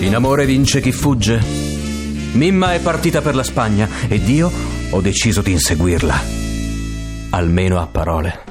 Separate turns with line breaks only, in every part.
In amore vince chi fugge. Mimma è partita per la Spagna ed io ho deciso di inseguirla. Almeno a parole.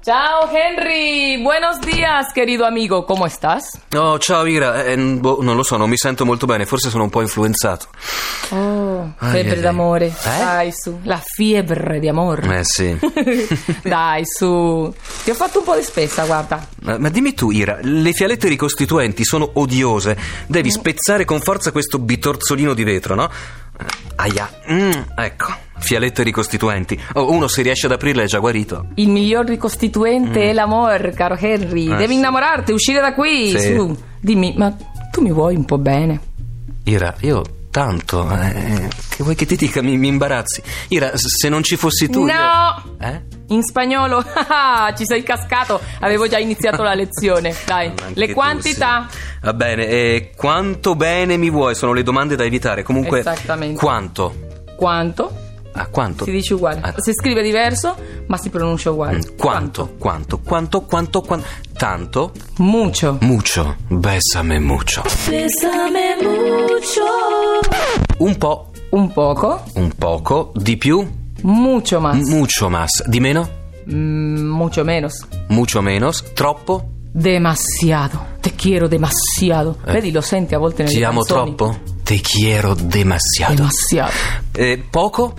Ciao Henry, buenos días querido amigo, ¿cómo estás?
Oh, ciao Ira. Eh, boh, non lo so, non mi sento molto bene, forse sono un po' influenzato.
Oh,
Ai,
febbre
ai,
d'amore.
ai. Eh?
Dai su, la fiebre di amore.
Eh sì.
Dai su, ti ho fatto un po' di spesa, guarda.
Ma ma dimmi tu, Ira, le fialette ricostituenti sono odiose. Devi spezzare con forza questo bitorzolino di vetro, no? Eh, Aia. Mm, ecco, fialette ricostituenti. Oh, uno se riesce ad aprirle è già guarito.
Il miglior ricostituente è l'amore, caro Henry.
Eh,
Devi
Mm. sì.
innamorarti, uscire da qui.
Sì.
Su, dimmi, ma tu mi vuoi un po' bene?
Ira, io tanto. eh, che vuoi che ti dica? Mi, mi imbarazzi. Ira, s- se non ci fossi tu. io-
No!
Eh?
In spagnolo, Ah, ci sei cascato, avevo già iniziato la lezione. Dai,
Anche
le
tu,
quantità.
sì. Va bene, e quanto bene mi vuoi? Sono le domande da evitare. Comunque.
Esattamente.
Quanto?
Quanto?
A quanto?
Si dice uguale.
Ah.
Si scrive diverso, ma si pronuncia uguale.
Mm, Quanto? Quanto? Quanto? Quanto? Quanto? Tanto?
Mucho.
Mucho, besame mucho.
Bésame mucho.
Un po',
Un poco.
un poco, di più,
Mucho más.
mucho más, di meno,
Mm, mucho menos.
mucho menos, troppo,
Demasiado. Te quiero demasiado.
Eh.
Vedi, lo senti a volte nelle
ti amo
canzoni.
troppo, te quiero demasiado.
Demasiado.
Eh, poco,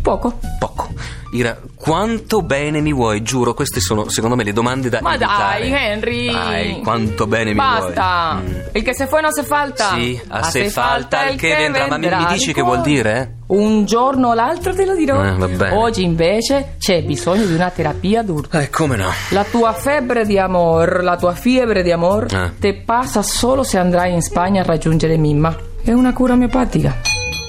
Poco.
poco. Ira, quanto bene mi vuoi? Giuro, queste sono secondo me le domande da
Ma dai,
evitare.
Henry.
Dai, quanto bene mi vuoi?
Basta.
Mm.
Il che se fue non se falta. Ah,
Sì, a
se
se falta il che vendrà. Ma mi, mi dici che vuol dire?
Un giorno o l'altro te lo dirò.
Eh, va bene.
Oggi invece c'è bisogno di una terapia d'urto.
Eh, come no?
La tua febbre di amor, la tua fiebre di amor,
Eh.
te passa solo se andrai in Spagna a raggiungere Mimma. È una cura omeopatica.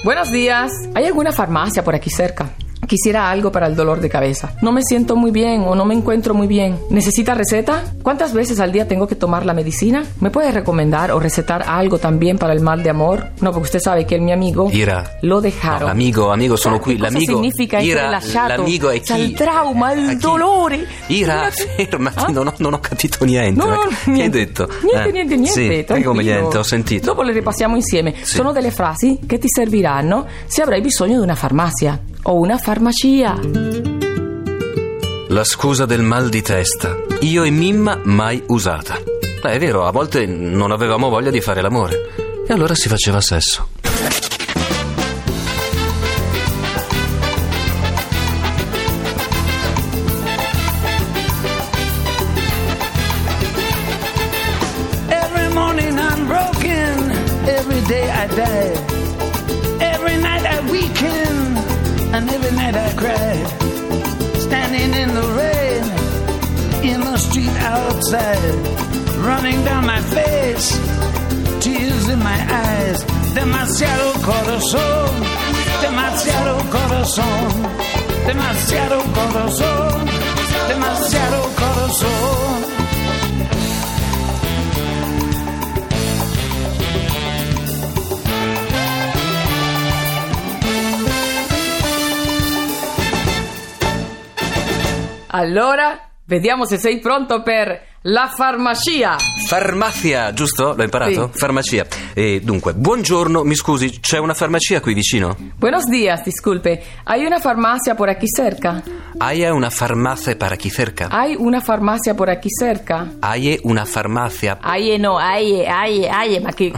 Buenos días. ¿Hay alguna farmacia por aquí cerca? Quisiera algo para el dolor de cabeza. No me siento muy bien o no me encuentro muy bien. ¿Necesita receta? ¿Cuántas veces al día tengo que tomar la medicina? ¿Me puede recomendar o recetar algo también para el mal de amor? No, porque usted sabe que el mi amigo
Ira.
lo
No,
dejaron.
amigo, amigo, sono
Sai
qui.
che cosa
L'amico
significa essere
Ira,
lasciato?
L'amico è chi? Eh,
Sai, il trauma, il
a chi?
dolore.
Ira,
Una-
fermati,
Ah?
non, ho, non ho capito niente.
No,
Ma
no,
che- che hai
niente.
detto?
Niente,
Eh,
niente, niente.
Sì, eh,
tranquillo.
come niente, ho sentito.
Dopo le ripassiamo insieme.
Sì.
Sono delle frasi che ti serviranno se avrai bisogno di una farmacia o una farmacia.
La scusa del mal di testa. Io e Mimma mai usata. Beh, è vero, a volte non avevamo voglia di fare l'amore. E allora si faceva sesso.
Every morning I'm broken. Every day I die. Every night I weaken. And every night I cry. Standing in the rain. In the street outside. Running down my face. Tears in my eyes. Demasiado corazón. Demasiado corazón. Demasiado corazón. Demasiado corazón.
Allora, vediamo se sei pronto per la farmacia.
Farmacia, giusto? L'ho imparato?
Sì.
Farmacia. E dunque, buongiorno, mi scusi, c'è una farmacia qui vicino?
Buenos días, disculpe. ¿Hay una farmacia por aquí cerca?
Hai una farmacia para chi cerca?
¿Hay una farmacia por aquí cerca?
Hai una farmacia.
Ay, no, ay, ay, ay, ma che...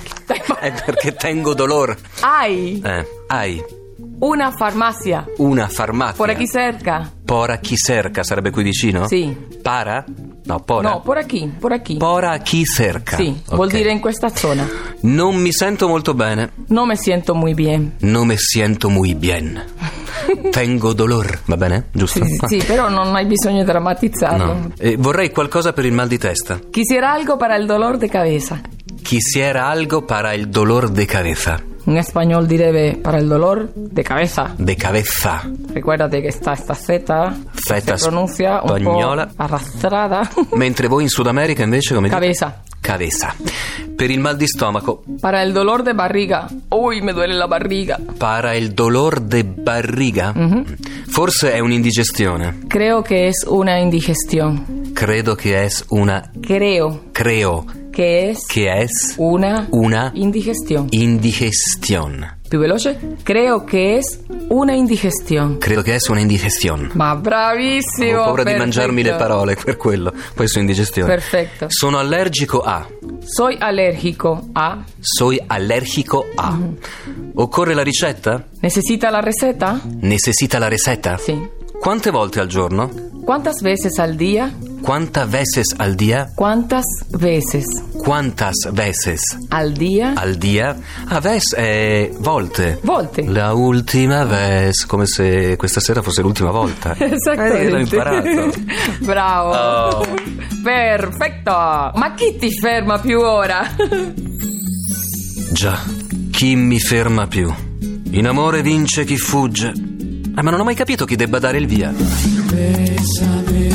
È perché tengo dolore.
Hay
Eh, hai
una farmacia
una farmacia.
por aquí cerca.
Pora chi cerca, sarebbe qui vicino?
Sì.
Para? No, pora.
No, por aquí, por aquí.
Pora chi cerca.
Sì,
Ok.
vuol dire in questa zona.
Non mi sento molto bene.
Non me siento muy bien.
Non me siento muy bien. tengo dolor. Va bene? Giusto? Ah.
Sì, sì, però non hai bisogno di drammatizzarlo.
No. Eh, vorrei qualcosa per il mal di testa.
Quisiera algo para el dolor de cabeza.
Quisiera algo para el dolor de cabeza.
En español diré para el dolor de cabeza.
De cabeza.
Recuérdate que está esta Z, que
Zeta
se pronuncia un po'
spagnola.
arrastrada.
Mentre voi in Sud America invece come dite?
cabeza.
Cabeza. Per il mal di stomaco,
Para el dolor de barriga. Uy, me duele la barriga.
para il dolor de barriga. Forse è un'indigestione.
Creo que es una indigestión.
Credo che es una
Creo
creo
que es
che es
una,
una
indigestión.
indigestione.
¿Tú veloce? Creo que es una indigestión.
Credo che es una indigestione.
Ma
Ho
bravísimo.
paura di
perfecto.
mangiarmi le parole per quello, questo è indigestione.
Perfetto.
Sono allergico a.
Soy alérgico a.
Soy allergico a. Occorre la ricetta?
¿Necesita la receta?
Necessita la ricetta?
Sí.
Quante volte al giorno?
¿Cuántas veces al día?
Quanta veces al dia?
¿Cuántas veces
Quantas veces
al día?
al dia? A ves è volte.
Volte.
La ultima vez, come se questa sera fosse l'ultima volta. Eh, l'ho imparato.
Bravo.
Oh.
Perfetto. Ma chi ti ferma più ora?
Già, chi mi ferma più? In amore vince chi fugge. Ah, ma non ho mai capito chi debba dare il via.
Bésame,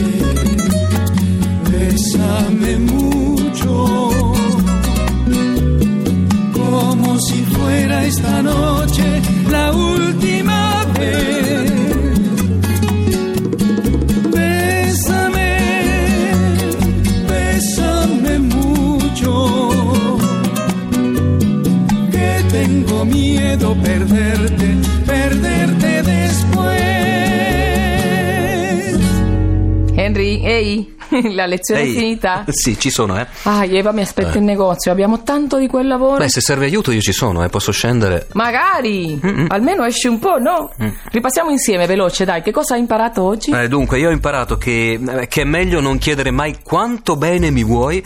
bésame mucho, como si fuera esta noche la última vez. Bésame, bésame mucho, que tengo miedo perderte, perderte después.
Henry, ehi, la lezione è
Ehi.
finita.
Sì, ci sono, eh.
Ah, Eva mi aspetta in negozio, abbiamo tanto di quel lavoro.
Beh, se serve aiuto io ci sono, eh. Posso scendere.
Magari, almeno esci un po', no?
Mm.
Ripassiamo insieme, veloce, dai, che cosa hai imparato oggi?
Eh, dunque, io ho imparato che, eh, che è meglio non chiedere mai quanto bene mi vuoi,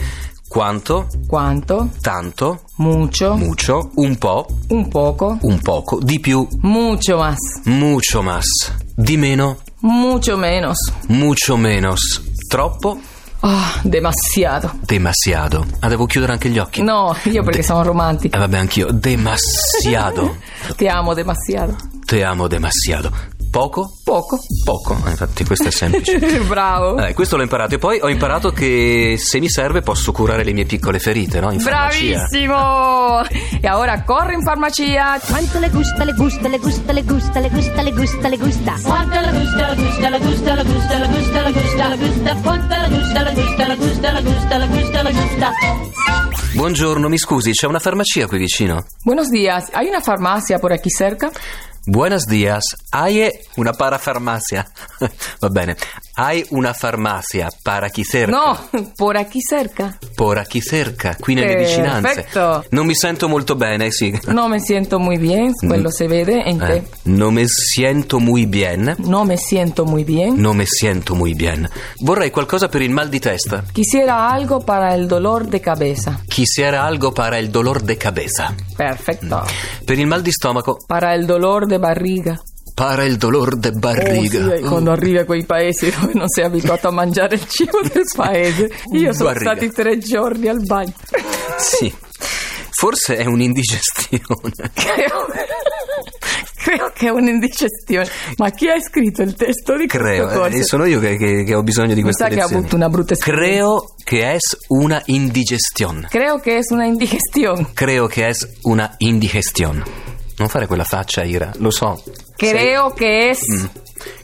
quanto,
Quanto?
tanto,
Mucho,
mucho, un po',
un poco,
un poco, di più,
mucho más,
mucho más, di meno,
mucho menos.
mucho menos, troppo,
Ah, demasiado.
demasiado. Ah, devo chiudere anche gli occhi.
No, io perché sono romantica.
Eh, vabbè, anch'io, demasiado.
Ti amo demasiado.
Te amo demasiado. Poco?
Poco.
Poco, Eh, infatti questo è semplice.
Bravo.
Eh, questo l'ho imparato e poi ho imparato che se mi serve posso curare le mie piccole ferite, no? In farmacia.
Bravissimo! E ora corri in farmacia.
Quanto le gusta, le gusta, le gusta, le gusta, le gusta, le gusta, le gusta.
Quanto le gusta, le gusta, le gusta, le gusta, le gusta, le gusta, le gusta. Quanto le gusta, le gusta, le gusta, le gusta, le gusta, le gusta.
Buongiorno, mi scusi, c'è una farmacia qui vicino?
Buenos días. ¿Hay una farmacia por aquí cerca?
Buenos dias, hai e- una parafarmacia. Va bene, hai una farmacia para chi cerca.
No, por aquí cerca.
Por chi cerca, qui nelle vicinanze.
Perfetto.
Non mi sento molto bene, sì.
No me siento muy bien, Pues quello se vede en
Eh,
te.
non mi sento muy bien.
No me siento muy bien.
Non mi sento muy bien. Vorrei qualcosa per il mal di testa.
Quisiera algo para el dolor de cabeza.
Quisiera algo para el dolor de cabeza.
Perfecto.
Per il mal di stomaco,
Para el dolor de barriga.
para il dolor de barriga. Uh,
Oh, sì, quando arrivi a quei paesi dove non sei abituato a mangiare il cibo del paese. Io sono
Barriga.
stati tre giorni al bagno.
Sì. Forse è un'indigestione.
Creo, creo che è un'indigestione. Ma chi ha scritto il testo di questo
Creo, eh,
corso?
sono io che, che- che ho bisogno di
Mi
questa
sa che ha
lezione.
avuto una brutta esperienza.
Creo che è una indigestione.
Creo che es una indigestión.
Creo che è una indigestione. Non fare quella faccia, Ira, lo so.
Creo che es
Mm.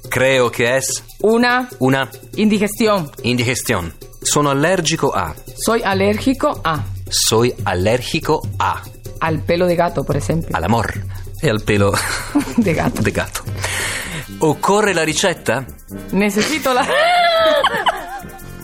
Creo che è
una
una
indigestión.
indigestione. Sono allergico a.
Soy alérgico a
Soy allergico a.
al pelo de gato, por ejemplo.
All'amor. E al pelo
De gato.
de gatto. Occorre la ricetta?
Necesito la.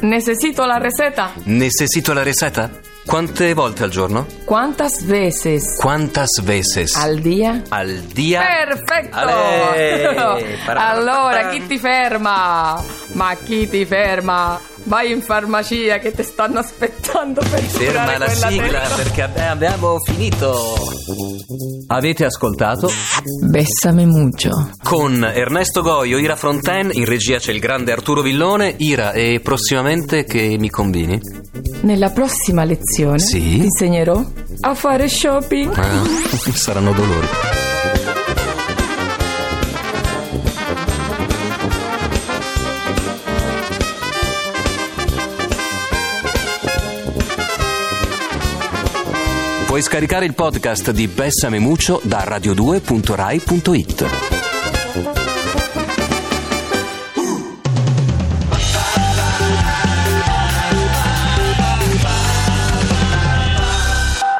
Necesito la receta.
Necessito la ricetta? Quante volte al giorno?
¿Cuántas veces
Quantas veces?
al día?
al dia?
Perfetto!
Ale! Parà.
Allora, chi ti ferma? Ma chi ti ferma? Vai in farmacia che ti stanno aspettando per
Ferma
curare
la
quella
sigla
testa.
perché abbi- abbiamo finito. Avete ascoltato?
Bessame mucho.
Con Ernesto Goio, Ira Fronten, in regia c'è il grande Arturo Villone. Ira, e prossimamente che mi combini?
Nella prossima lezione
Sì?
ti insegnerò a fare shopping.
Ah, saranno dolori. Puoi scaricare il podcast di Bessame Muccio da radio2.rai.it.